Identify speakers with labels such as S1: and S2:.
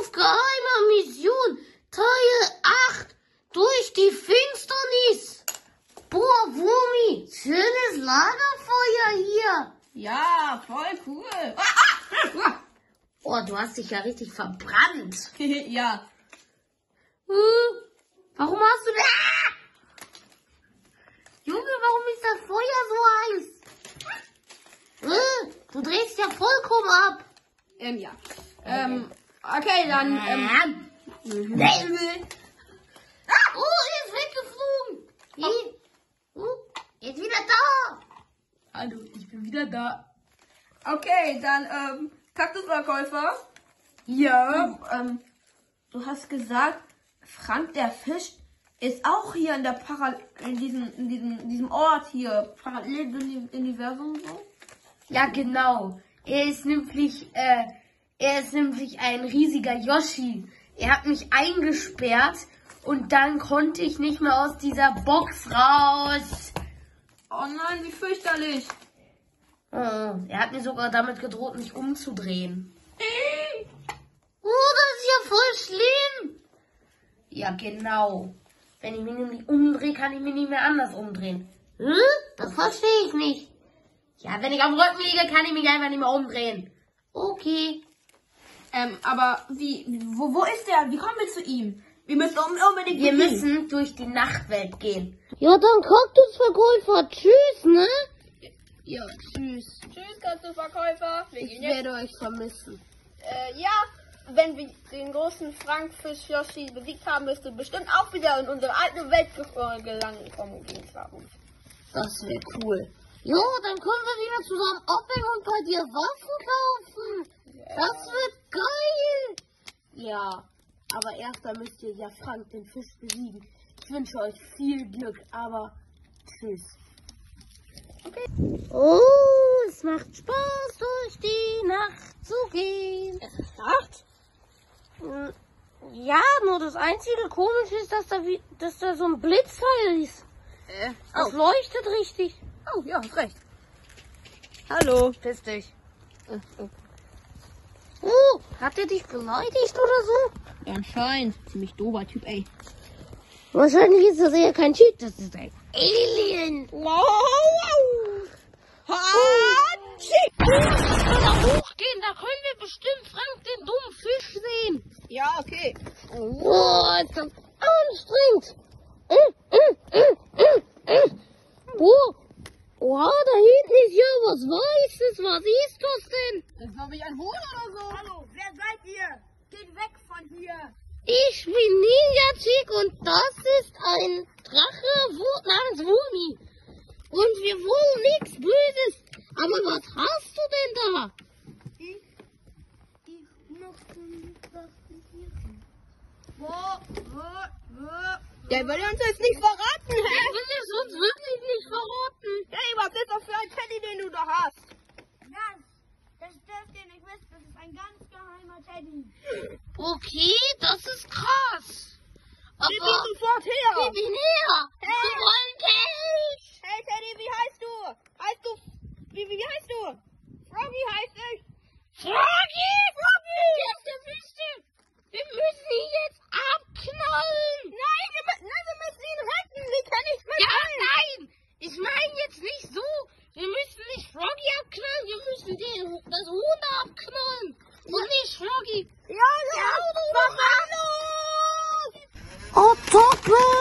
S1: auf geheimer Mission Teil 8 durch die Finsternis. Boah, Wumi, schönes Lagerfeuer hier.
S2: Ja, voll cool. Ah, ah, ah,
S1: Oh, du hast dich ja richtig verbrannt.
S2: ah. ja,
S1: Hm, warum hast du... Ah! Junge, warum ist das Feuer so heiß? Äh, du drehst ja vollkommen ab.
S2: ähm, ja. Ähm, okay, dann, ähm,
S1: Mhm. Ah, oh, er ist weggeflogen. Wie? Oh, er ist wieder da.
S2: hallo, ich bin wieder da. Okay, dann, ähm, Kaktusverkäufer. Ja, ähm, du hast gesagt, Frank der Fisch ist auch hier in der Paral in diesem, in diesem, in diesem Ort hier, Paralleluniversum so.
S3: Ja, genau. Er ist nämlich, äh, er ist nämlich ein riesiger Yoshi. Er hat mich eingesperrt und dann konnte ich nicht mehr aus dieser Box raus.
S2: Oh nein, wie fürchterlich.
S3: Oh,
S1: Äh.
S3: er hat mir sogar damit gedroht, mich umzudrehen.
S1: Oh, das ist ja voll schlimm.
S3: Ja, genau. Wenn ich mich nämlich umdrehe, kann ich mich nicht mehr anders umdrehen.
S1: Hm? Das verstehe ich nicht.
S3: Ja, wenn ich am Rücken liege, kann ich mich einfach nicht mehr umdrehen.
S1: Okay.
S2: Ähm, aber wie, wo, wo ist der? Wie kommen wir zu ihm? Wir müssen un- unbedingt
S3: Wir
S2: zu ihm.
S3: müssen durch die Nachtwelt gehen.
S1: Ja, dann Kaktusverkäufer. Tschüss, ne?
S3: Ja, tschüss.
S4: Tschüss, Kartoffelverkäufer. Wir gehen jetzt.
S3: werde euch vermissen.
S4: Äh, ja, wenn wir den großen Frankfisch Yoshi besiegt haben, wirst du bestimmt auch wieder in unsere alte Welt ge- äh, gelangen kommen, gehen haben.
S3: Das wäre cool.
S1: Jo, dann können wir wieder zusammen abhängen und bei dir Waffen kaufen. Das wird geil.
S3: Ja, aber erst dann müsst ihr ja Frank den Fisch besiegen. Ich wünsche euch viel Glück, aber tschüss.
S1: Oh, es macht Spaß, durch die Nacht zu gehen. Es ist Nacht? Ja, nur das einzige Komische ist, dass da, wie, dass da so ein Blitzteil ist.
S2: Äh,
S1: Das leuchtet richtig.
S2: oh, ja, hast recht. Hallo.
S3: Piss dich.
S1: Oh, hat er dich beleidigt oder so?
S2: Anscheinend. Ziemlich dober Typ, ey.
S1: Wahrscheinlich ist das eher kein Typ, das ist ein Alien.
S3: Oh.
S1: Da hochgehen, da können wir bestimmt Frank den dummen Fisch sehen.
S2: Ja, okay.
S1: Boah, ist das anstrengend. Mm, mm, mm, mm, mm. Boah. Oha, da hinten ist ja was Weißes. Was ist das denn?
S2: Das ist, glaube ich, ein Huhn oder so. Hallo, wer seid ihr? Geht weg von hier.
S1: Ich bin Ninja Chick und das ist ein Drache wo- namens Wumi. Und wir wollen nichts Böses. Aber was hast du denn da?
S2: Ja, wollt ihr uns jetzt nicht verraten, hä?
S1: Ich will es uns wirklich nicht verraten.
S2: Hey, was ist das für ein Teddy, den du da hast?
S1: Okay, das ist krass.
S2: Gib
S1: Aber
S2: ihn sofort her.
S1: gib ihn her. Wir wollen Geld.
S2: Hey, Teddy, wie heißt du? Heißt du... Wie, wie, wie heißt du? Froggy heißt ich.
S1: Froggy! Froggy! Der ist der Wüste. Wir müssen ihn jetzt abknallen. Nein, wir, nein, wir müssen ihn retten. Wir können nicht mehr. Ja, nein. Ich meine jetzt nicht so. Wir müssen nicht Froggy abknallen. Wir müssen den, das Huhn abknallen. Und nicht Froggy. Ja, ja. Mach mal los. Oh, Poppe.